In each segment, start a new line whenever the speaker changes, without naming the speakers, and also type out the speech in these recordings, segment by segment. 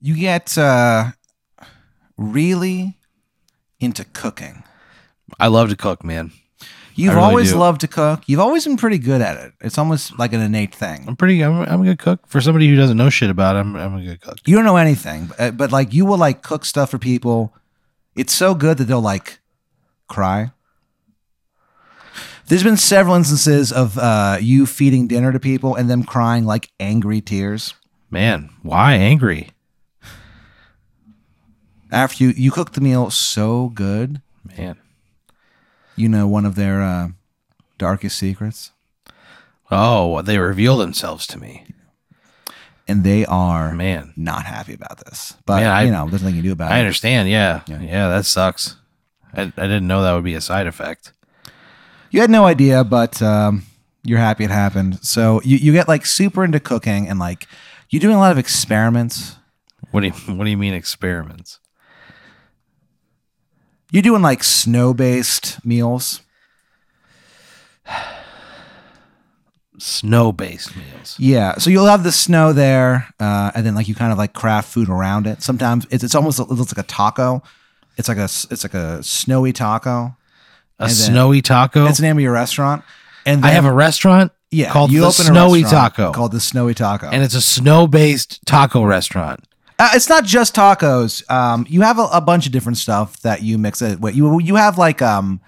You get uh, really into cooking.
I love to cook, man.
You've
really
always
do.
loved to cook. You've always been pretty good at it. It's almost like an innate thing.
I'm pretty. I'm, I'm a good cook for somebody who doesn't know shit about. It, I'm I'm a good cook.
You don't know anything, but, uh, but like you will like cook stuff for people. It's so good that they'll like cry. There's been several instances of uh, you feeding dinner to people and them crying like angry tears
Man, why angry?
after you you cooked the meal so good.
Man,
You know one of their uh, darkest secrets,
oh, they reveal themselves to me.
and they are
Man,
not happy about this. But
Man, I-
you know, there's nothing you can do about
I
it.
understand. Yeah,
Yeah.
yeah, that sucks. I, I didn't know that would be a side effect.
You had no idea, but um, you're happy it happened. So you, you get like super into cooking and like you're doing a lot of experiments.
What do you What do you mean experiments?
You're doing like snow based meals.
Snow based meals.
Yeah. So you'll have the snow there, uh, and then like you kind of like craft food around it. Sometimes it's, it's almost it looks like a taco. It's like a s- it's like a snowy taco.
A
And then-
snowy taco.
That's the name of your restaurant. And
I have a restaurant
yeah,
called
you
the
open a
Snowy
restaurant
Taco.
called the Snowy Taco.
and it's a snow based taco restaurant.
Uh, it's not just tacos. Um, you have a, a bunch of different stuff that you mix it. With. You you have like um,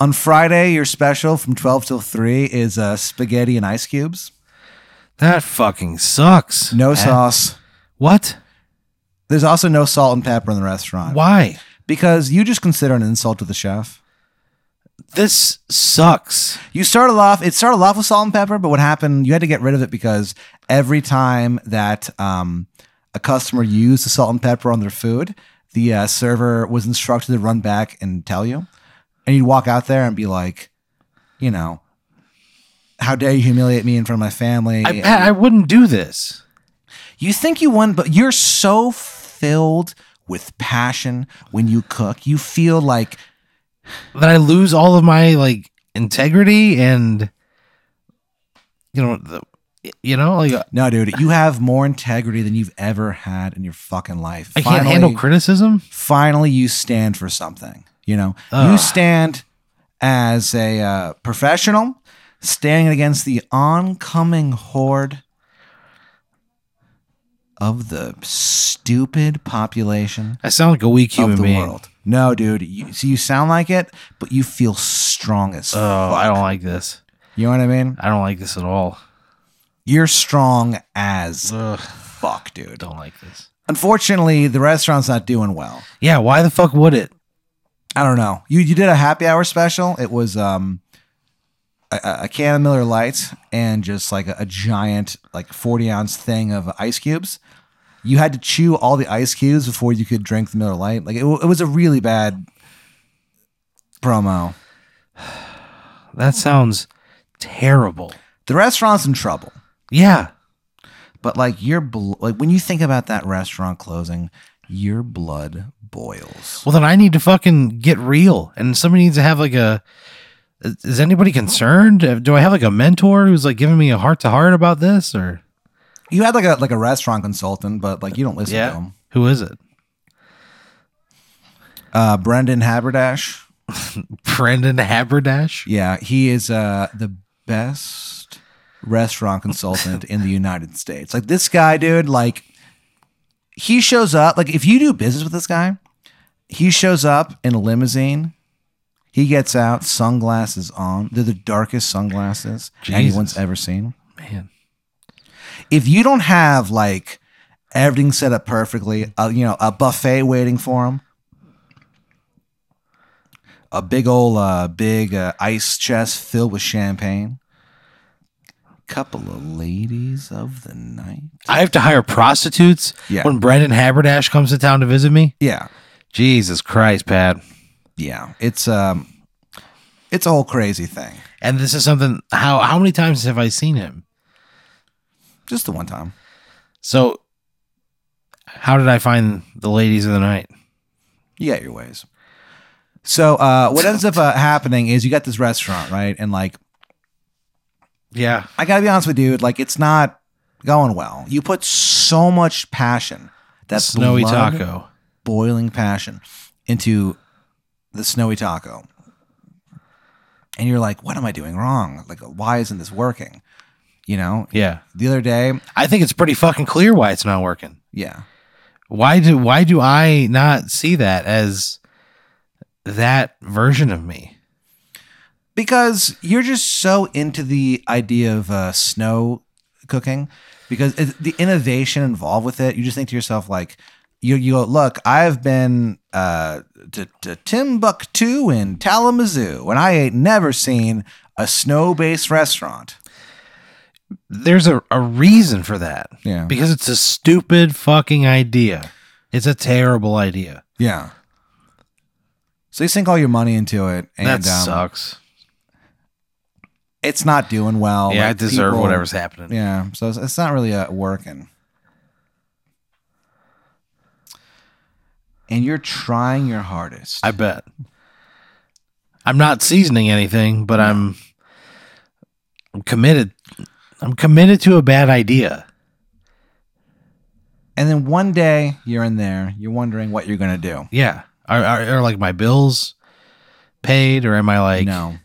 on Friday your special from twelve till three is uh, spaghetti and ice cubes,
That fucking sucks.
no
Eh,
sauce.
What?
There's also no salt and pepper in the restaurant
Why?
because you just consider an insult to the chef.
This sucks.
You started off. It started off with salt and pepper, but what happened? You had to get rid of it because every time that um, a customer used the salt and pepper on their food, the uh, server was instructed to run back and tell you. And you'd walk out there and be like, you know, how dare you humiliate me in front of my family?
I, I, I wouldn't do this.
you think you won, but you're so filled with passion when you cook. You feel like
That I lose all of my like integrity and you know the you know like uh, I
no, dude, you have more integrity than you've ever had in your fucking life.
can't handle criticism.
finally you stand for something. You know, you
Ugh.
stand as a uh, professional standing against the oncoming horde of the stupid population
I sound like a weak human
of the
being.
world. No, dude, you, see, you sound like it, but you feel strong as
Oh,
fuck.
I don't like this.
You know what I mean?
I don't like this at all.
You're strong as fuck, dude.
Don't like this.
Unfortunately, the restaurant's not doing well.
Yeah, why the fuck would it?
I don't know. You you did a happy hour special. It was um a- a, a can of Miller Lights and just like a, a giant like forty ounce thing of ice cubes. You had to chew all the ice cubes before you could drink the Miller Light. Like it, wa- it was a really bad promo.
That sounds terrible.
The restaurant's in trouble,
Yeah.
but like your bl- like when you think about that restaurant closing, your blood boils.
Well, then I need to fucking get real, and somebody needs to have like a. Is anybody concerned? Do I have like a mentor who's like giving me a heart to heart about this, or
You had like a like a restaurant consultant, but like you don't listen to him.
who is it?
Uh, Brendan Haberdash.
Brendan Haberdash.
Yeah, he is uh, the best restaurant consultant in the United States. Like this guy, dude, like he shows up. Like if you do business with this guy, he shows up in a limousine. He gets out, sunglasses on. They're the darkest sunglasses anyone's
Jesus.
ever seen.
Man,
If you don't have like everything set up perfectly, uh, you know, a buffet waiting for him, a big old uh, big uh, ice chest filled with champagne, couple of ladies of the night.
I have to hire prostitutes
Yeah.
when Brendan Haberdash comes to town to visit me.
Yeah,
Jesus Christ, Pat.
yeah, it's um, it's a whole crazy thing.
And this is something. How how many times have I seen him?
Just the one time,
So, how did I find the ladies of the night?
you got your ways. So uh, what ends up uh, happening is you got this restaurant right, and like
Yeah,
I gotta be honest with you, dude, like it's not going well. You put so much passion that
Snowy
blood
taco.
boiling passion into the snowy taco. And you're like, what am I doing wrong? Like, why isn't this working? You know,
Yeah.
the other day,
I think it's pretty fucking clear why it's not working.
yeah,
why do why do I not see that as that version of me?
because you're just so into the idea of uh, snow cooking because it, the innovation involved with it you just think to yourself like you, you go look i've been uh, to, to timbuktu in kalamazoo and i ain't never seen a snow-based restaurant
There's a, a reason for that.
Yeah.
Because it's a stupid fucking idea. It's a terrible idea.
yeah so you sink all your money into it and
that
um,
sucks.
it's not doing well
yeah, I
Like,
deserve
people-
whatever's happening.
Yeah, so it's, it's not really uh, working. And you're trying your hardest.
I bet. I'm not seasoning anything, but I'm I'm committed. I'm committed to a bad idea.
and then one day you're in there, you're wondering what you're gonna do.
Yeah. Are, are, are like my bills paid or am I like
no,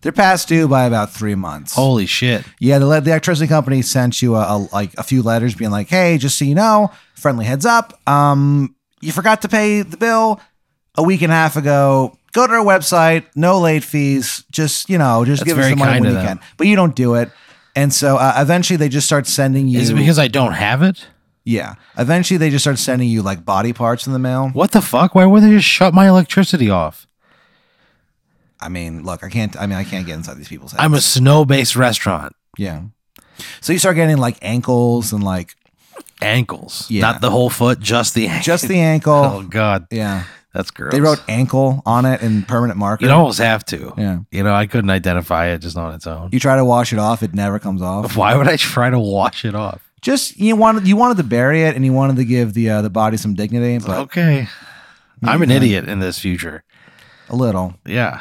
they're past due by about three months.
holy shit.
Yeah, the, le- the electricity company sent you a, a like a few letters being like, "Hey, just so you know, friendly heads up, um, you forgot to pay the bill a week and a half ago. Go to our website, no late fees. Just you know, just
That's
give us
very
the money
kind
when you
of them.
can." But you don't do it, and so uh, eventually they just start sending you.
Is it because I don't have it?
yeah, eventually they just start sending you like body parts in the mail.
What the fuck? Why would they just shut my electricity off?
I mean, look, I can't. I mean, I can't get inside these people's heads.
I'm a snow based restaurant.
yeah. So you start getting like ankles and like
Ankles.
Yeah.
Not the whole foot, just the ankle.
just the
oh,
ankle.
God.
Yeah.
That's gross.
They wrote ankle on it in permanent marker.
You'd almost have to.
yeah.
You know, I couldn't identify it just on its own.
You try to wash it off, it never comes off.
Why would I try to wash it off?
Just you wanted you wanted to bury it, and you wanted to give the uh, the body some dignity, but
okay. I'm an idiot in this future.
a little.
Yeah.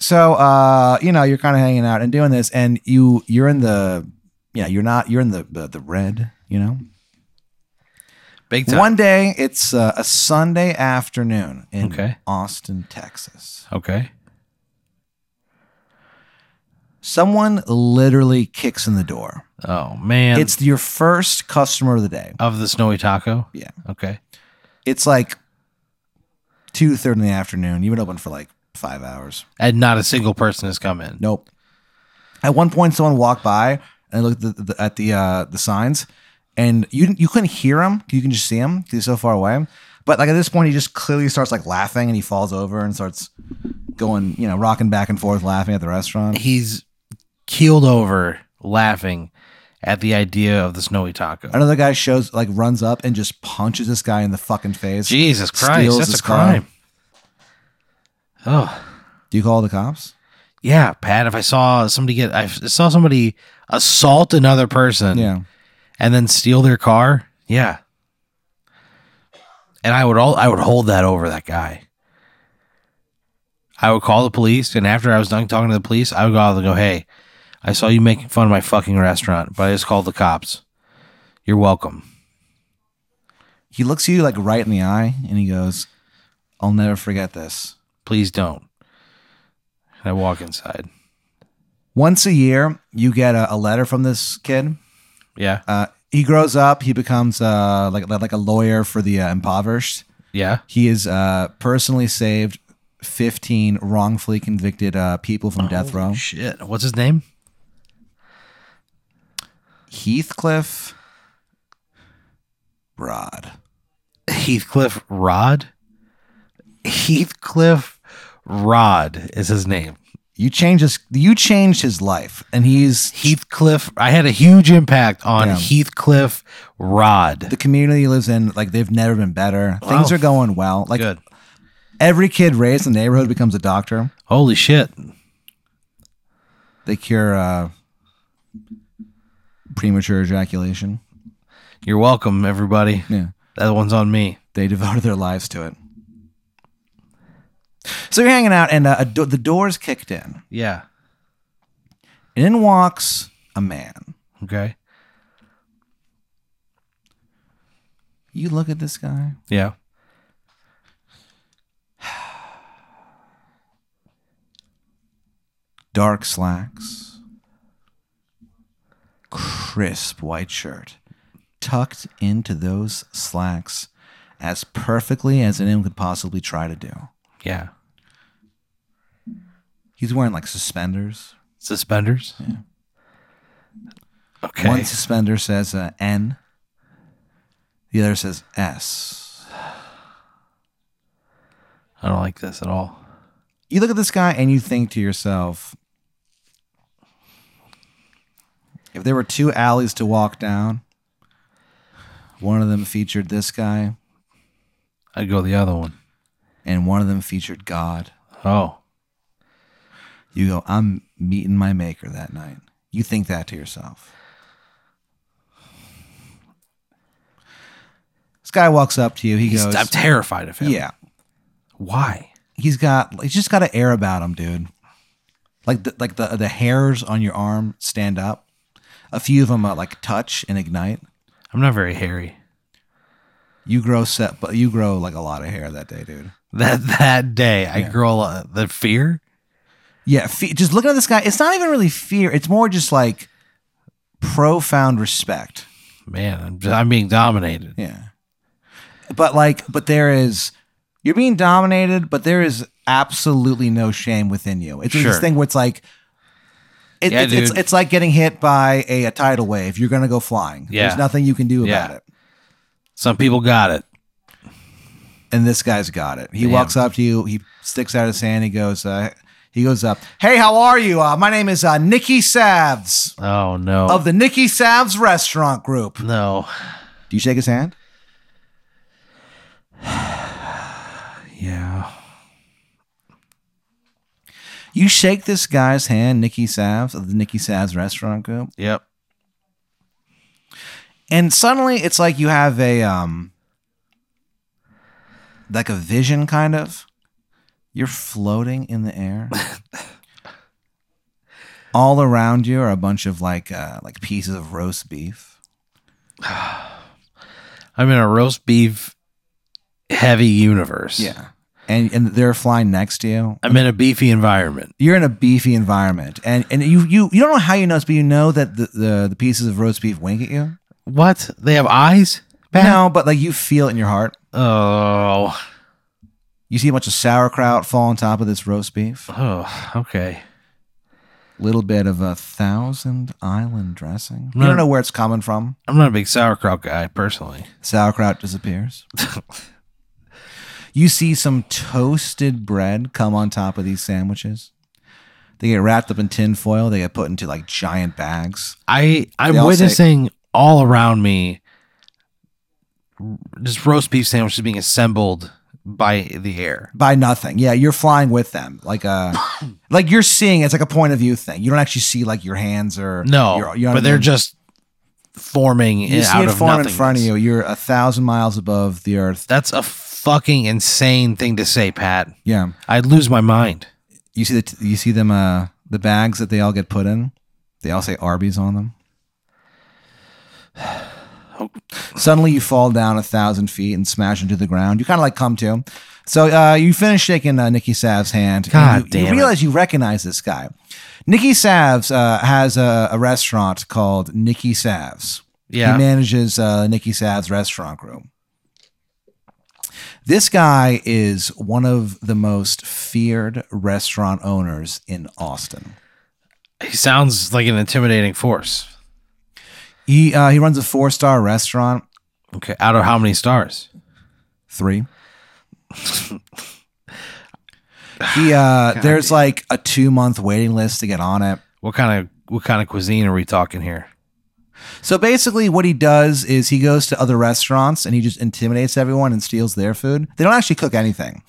So uh, you know, you're kind of hanging out and doing this, and you you're in the yeah, you're not you're in the the, the red, you know.
Big time.
One day it's uh, a Sunday afternoon in
Okay.
Austin, Texas.
Okay.
Someone literally kicks in the door.
Oh, man.
it's your first customer of the day.
of the snowy taco.
Yeah.
Okay.
It's like two thirty in the afternoon. You've been open for like five hours.
And not a single person has come in.
Nope. At one point, someone walked by and looked at the, at the uh, the signs, and you didn't- you couldn't hear him. You can just see him because he's so far away. But like at this point, he just clearly starts like laughing, and he falls over and starts going, you know, rocking back and forth, laughing at the restaurant.
he's keeled over laughing at the idea of the snowy taco.
Another guy shows like runs up and just punches this guy in the fucking face.
Jesus
Steals
Christ, that's
his
a crime. Oh
Do you call the cops?
yeah, Pat. If I saw somebody get, I saw somebody assault another person
Yeah.
and then steal their car. Yeah, and I would all I would hold that over that guy. I would call the police, and after I was done talking to the police, I would go out and go, "Hey, I saw you making fun of my fucking restaurant, but I just called the cops. You're welcome."
He looks you like right in the eye, and he goes, "I'll never forget this."
please don't. And I walk inside.
Once a year, you get a, a letter from this kid.
Yeah.
Uh, he grows up. He becomes uh, like like a lawyer for the uh, impoverished.
Yeah.
He is uh, personally saved fifteen wrongfully convicted uh, people from death row.
Shit. What's his name?
Heathcliff Broad.
Heathcliff Rod. Heathcliff Rod is his name.
You changed his you changed his life, and he's
Heathcliff. I had a huge impact on
Yeah.
Heathcliff Rod.
the community he lives in. Like they've never been better. Things
Wow.
are going well. Like
Good.
every kid raised in the neighborhood becomes a doctor.
Holy shit.
They cure uh, premature ejaculation.
You're welcome, everybody.
Yeah.
That one's on me.
They devoted their lives to it. So you're hanging out, and uh, a do- the door's kicked in.
Yeah.
And in walks a man.
Okay.
You look at this guy.
Yeah.
dark slacks, crisp white shirt, tucked into those slacks as perfectly as anyone could possibly try to do.
Yeah.
He's wearing like suspenders.
Suspenders.
Yeah.
Okay.
One suspender says uh, N, the other says S.
I don't like this at all.
You look at this guy and you think to yourself, if there were two alleys to walk down, one of them featured this guy,
I'd go the other one.
and one of them featured God.
Oh.
You go, I'm meeting my maker that night. You think that to yourself. This guy walks up to you. He
He's-
goes,
I'm terrified of him.
Yeah.
Why?
He's got, he's just got an air about him, dude. Like the, like the, the hairs on your arm stand up. A few of them uh, like touch and ignite.
I'm not very hairy.
You grow set, but you grow like a lot of hair that day, dude.
That that day, I grow uh, the fear.
Yeah, fe- just looking at this guy, it's not even really fear. It's more just like profound respect.
Man, I'm, just, I'm being dominated.
Yeah. But like, but there is you're being dominated, but there is absolutely no shame within you. It's
Sure.
this thing where it's like it,
Yeah,
it's, it's
dude.
it's like getting hit by a, a tidal wave. You're gonna go flying.
Yeah.
There's nothing you can do about
Yeah.
it.
Some people got it.
And this guy's got it. He
Damn.
walks up to you. He sticks out his hand. He goes. Uh, he goes up. Hey, how are you? Uh, my name is uh, Nikki Savs
Oh no.
of the Nikki Savs Restaurant Group.
no.
Do you shake his hand?
Yeah.
You shake this guy's hand, Nikki Savs of the Nikki Savs Restaurant Group.
Yep.
and suddenly it's like you have a um like a vision kind of you're floating in the air all around you are a bunch of like uh like pieces of roast beef
I'm in a roast beef heavy universe.
and and they're flying next to you
I'm in a beefy environment.
you're in a beefy environment and and you you you don't know how you know this but you know that the the, the pieces of roast beef wink at you
What? They have eyes?
no but like you feel it in your heart
Oh.
you see a bunch of sauerkraut fall on top of this roast beef
Oh, okay.
little bit of a thousand island dressing. You
No.
don't know where it's coming from.
I'm not a big sauerkraut guy personally.
Sauerkraut disappears. you see some toasted bread come on top of these sandwiches. They get wrapped up in tin foil. They get put into like giant bags.
I I'm
They all say-
witnessing all around me just roast beef sandwiches being assembled by the air.
By nothing. Yeah, you're flying with them. Like a, like you're seeing. It's like a point of view thing. You don't actually see like your hands or
No,
your- you know what I
but they're
mean?
just forming
you
out
see it
of
form in
nothingness.
front of you. You're a thousand miles above the earth.
That's a fucking insane thing to say, Pat.
Yeah.
I'd lose my mind.
you see the t- you see them uh the bags that they all get put in they all say arby's on them suddenly you fall down a thousand feet and smash into the ground you kind of like come to so uh, you finish shaking uh, nikki sav's hand and
God
you,
damn
you
it.
realize you recognize this guy nikki sav's uh, has a, a restaurant called nikki sav's
Yeah.
he manages uh, Nikki Sav's restaurant group. This guy is one of the most feared restaurant owners in Austin.
He sounds like an intimidating force.
He uh, he runs a four star restaurant,
Okay. Out of how many stars?
three. he uh, there's like a two month waiting list to get on it.
What kind of what kind of cuisine are we talking here?
So basically, what he does is he goes to other restaurants and he just intimidates everyone and steals their food. They don't actually cook anything.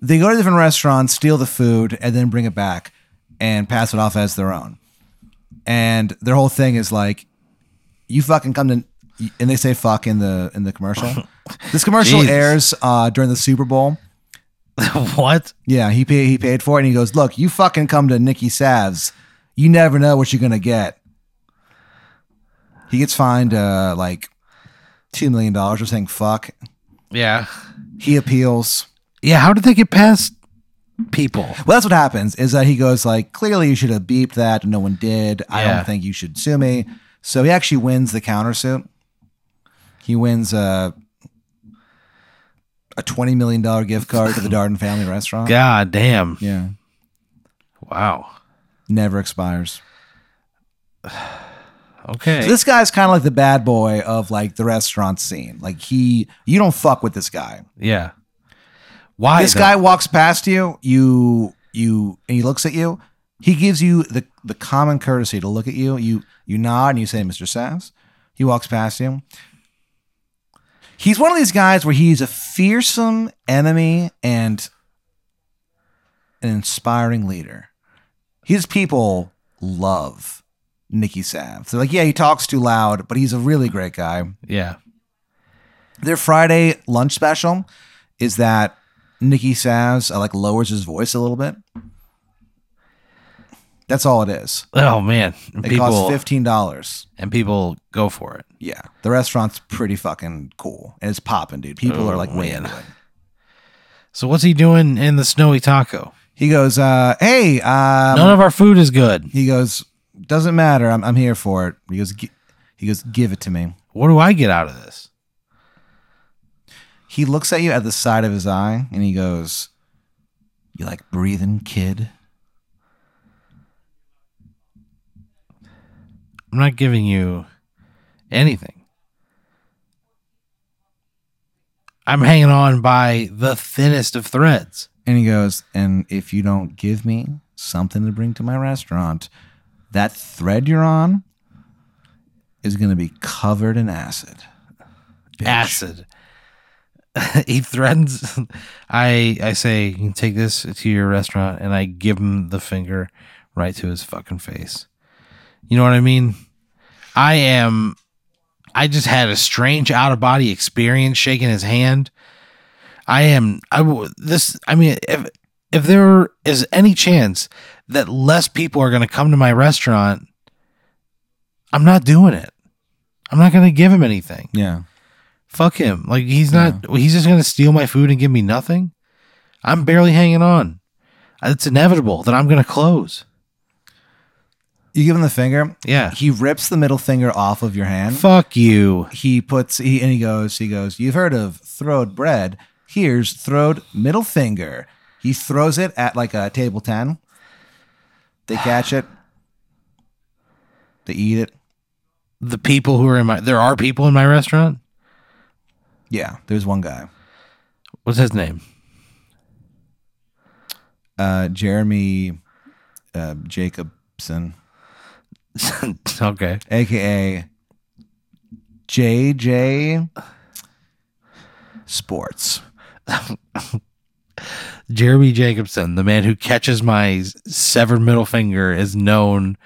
They go to different restaurants, steal the food, and then bring it back and pass it off as their own. And their whole thing is like, you fucking come to, and they say fuck in the in the commercial. This commercial
Jesus.
airs uh, during the Super Bowl.
what?
Yeah, he paid he paid for it, and he goes, "Look, you fucking come to Nikki Savs, you never know what you're gonna get." He gets fined uh, like two million dollars for saying fuck.
Yeah.
He appeals.
Yeah. How did they get past people?
Well, that's what happens is that he goes like, clearly you should have beeped that. No one did. I
Yeah.
don't think you should sue me. So he actually wins the countersuit. He wins a a twenty million dollar gift card to the Darden family restaurant.
God damn.
Yeah,
Wow.
never expires.
Okay.
So this guy's kind of like the bad boy of like the restaurant scene. Like he, you don't fuck with this guy.
yeah. Why
this
though?
guy walks past you, you, you, and he looks at you. He gives you the the common courtesy to look at you. You you nod and you say, "Mr. Sass." He walks past you. He's one of these guys where he's a fearsome enemy and an inspiring leader. His people love Nikki Sav. They're like, yeah, he talks too loud, but he's a really great guy
Yeah.
their Friday lunch special is that Nikki Savs uh, like lowers his voice a little bit. That's all it is.
Oh man. And
It
people
costs fifteen dollars.
and people go for it.
Yeah, the restaurant's pretty fucking cool and it's popping, dude. People are
Oh,
like way
man.
into it.
So what's he doing in the snowy taco?
He goes, uh, "Hey," um,
None of our food is good.
he goes, "Doesn't matter. I'm, I'm here for it." He goes, "Gi-" "He goes, give it to me."
What do I get out of this?
He looks at you at the side of his eye and he goes, "You like breathing, kid?"
I'm not giving you anything. I'm hanging on by the thinnest of threads.
And he goes, And if you don't give me something to bring to my restaurant, that thread you're on is going to be covered in acid. Bitch.
Acid. he threatens. I I say, you can take this to your restaurant, and I give him the finger right to his fucking face. You know what I mean? I am. I just had a strange out of body experience shaking his hand. I am. I w- this. I mean, if if there is any chance that less people are going to come to my restaurant, I'm not doing it. I'm not going to give him anything
Yeah.
fuck him. Like he's not. He's just gonna steal my food and give me nothing. I'm barely hanging on. It's inevitable that I'm gonna close.
You give him the finger.
Yeah.
He rips the middle finger off of your hand.
Fuck you.
He puts, he, and he goes, he goes, You've heard of throwed bread. Here's throwed middle finger. He throws it at like a table 10. They catch it. They eat it.
The people who are in my there are people in my restaurant.
Yeah. There's one guy.
What's his name?
uh, Jeremy uh, Jacobson,
okay.
aka JJ Sports.
Jeremy Jacobson, the man who catches my s- severed middle finger, is known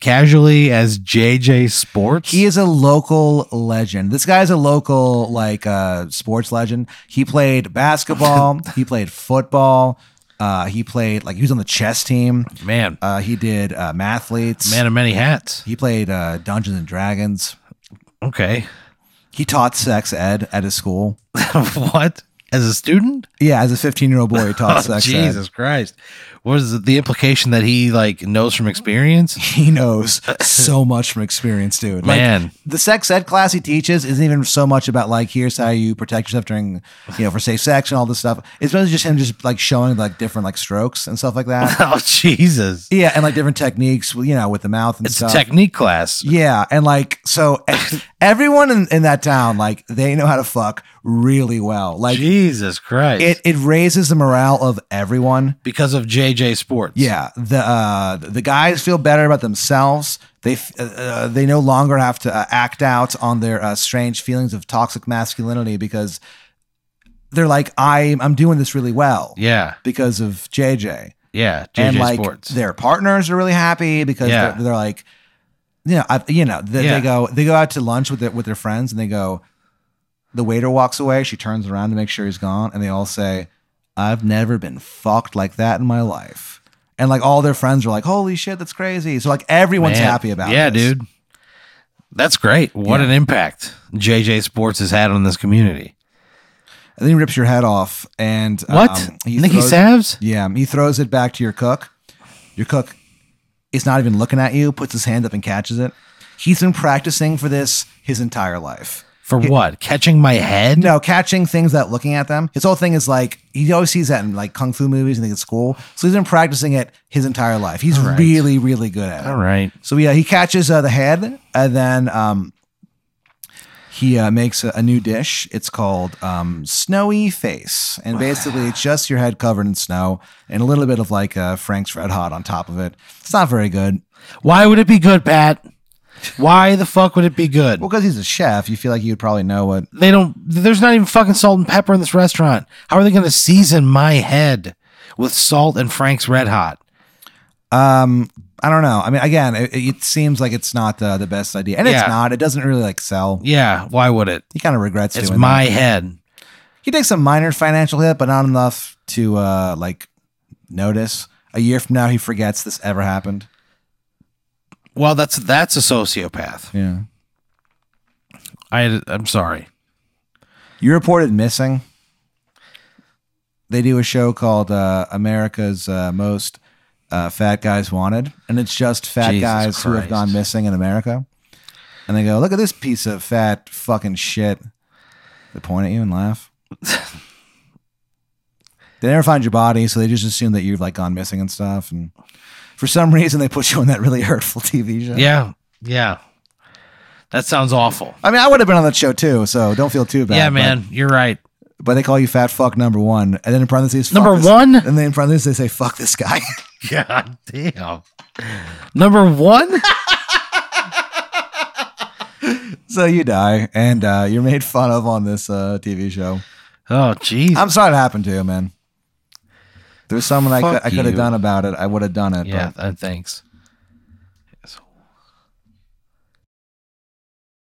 casually as JJ Sports.
He is a local legend. This guy is a local like uh, sports legend. He played basketball. he played football. Uh, he played like he was on the chess team.
man,
Uh, he did uh, mathletes.
man of many hats.
He played uh, Dungeons and Dragons.
Okay.
He taught sex ed at his school.
what? As a student?
Yeah, as a 15 year old boy, he taught
Oh,
sex ed.
Jesus Christ. Was it the implication that he like knows from experience?
he knows so much from experience, dude. Like,
Man.
the sex ed class he teaches isn't even so much about like here's how you protect yourself during, you know, for safe sex and all this stuff. It's mostly just him just like showing like different like strokes and stuff like that.
Oh Jesus.
yeah, and like different techniques, you know, with the mouth and
It's
stuff.
a technique class.
yeah, and like so, e, everyone in, in that town, like they know how to fuck really well. Like
Jesus Christ.
it, it raises the morale of everyone.
because of JJ Sports.
Yeah, the uh, the guys feel better about themselves. They f- uh, uh, they no longer have to uh, act out on their uh, strange feelings of toxic masculinity because they're like, I I'm doing this really well
Yeah.
because of JJ,
Yeah. JJ
and like
Sports.
their partners are really happy because
Yeah.
they're, they're like, you know, I, you know, they,
Yeah.
they go they go out to lunch with their, with their friends and they go, the waiter walks away. She turns around to make sure he's gone, and they all say, "I've never been fucked like that in my life." And like all their friends are like, "Holy shit, that's crazy!" So like everyone's
Man.
happy about.
Yeah,
this.
dude. That's great. What
Yeah.
an impact JJ Sports has had on this community.
And then he rips your head off. And
What?
um, he
Nikki
throws-
Savs?
Yeah, he throws it back to your cook. Your cook is not even looking at you, puts his hand up and catches it. He's been practicing for this his entire life.
For what? Catching my head?
No, catching things without looking at them. His whole thing is like he always sees that in like kung fu movies and think it's cool. So he's been practicing it his entire life. He's really, really good at it.
All right.
So yeah, he catches uh, the head, and then um, he uh, makes a, a new dish. It's called um, snowy face, and basically it's just your head covered in snow and a little bit of like uh, Frank's Red Hot on top of it. It's not very good.
Why would it be good, Pat? Why the fuck would it be good?
Well, because he's a chef, you feel like you would probably know what.
They don't. There's not even fucking salt and pepper in this restaurant. How are they going to season my head with salt and Frank's Red Hot?
Um, I don't know. I mean, again, it, it seems like it's not the, the best idea, and
Yeah.
it's not. It doesn't really like sell.
Yeah. Why would it?
He kind of regrets
It's
doing
my
that.
head.
He takes a minor financial hit, but not enough to uh, like notice. A year from now, he forgets this ever happened.
Well, that's that's a sociopath.
Yeah.
I I'm sorry.
You reported missing. They do a show called uh, America's uh, Most uh, Fat Guys Wanted, and it's just fat
Jesus
guys who have
Christ.
gone missing in America. And they go, "Look at this piece of fat fucking shit." They point at you and laugh. they never find your body, so they just assume that you've like gone missing and stuff. And for some reason, they put you on that really hurtful TV show.
Yeah. Yeah. That sounds awful.
I mean, I would have been on that show too, so don't feel too bad.
yeah,
but-
man. You're right.
but they call you fat fuck number one, and then in parentheses fuck
Number
this-
one?
and then in parentheses they say fuck this guy.
God damn. Number one.
so you die, and uh, you're made fun of on this uh, TV show.
Oh, jeez.
I'm sorry it happened to you, man. There's something I could,
Fuck
I could
you.
have done about it. I would have done it.
Yeah. uh, thanks.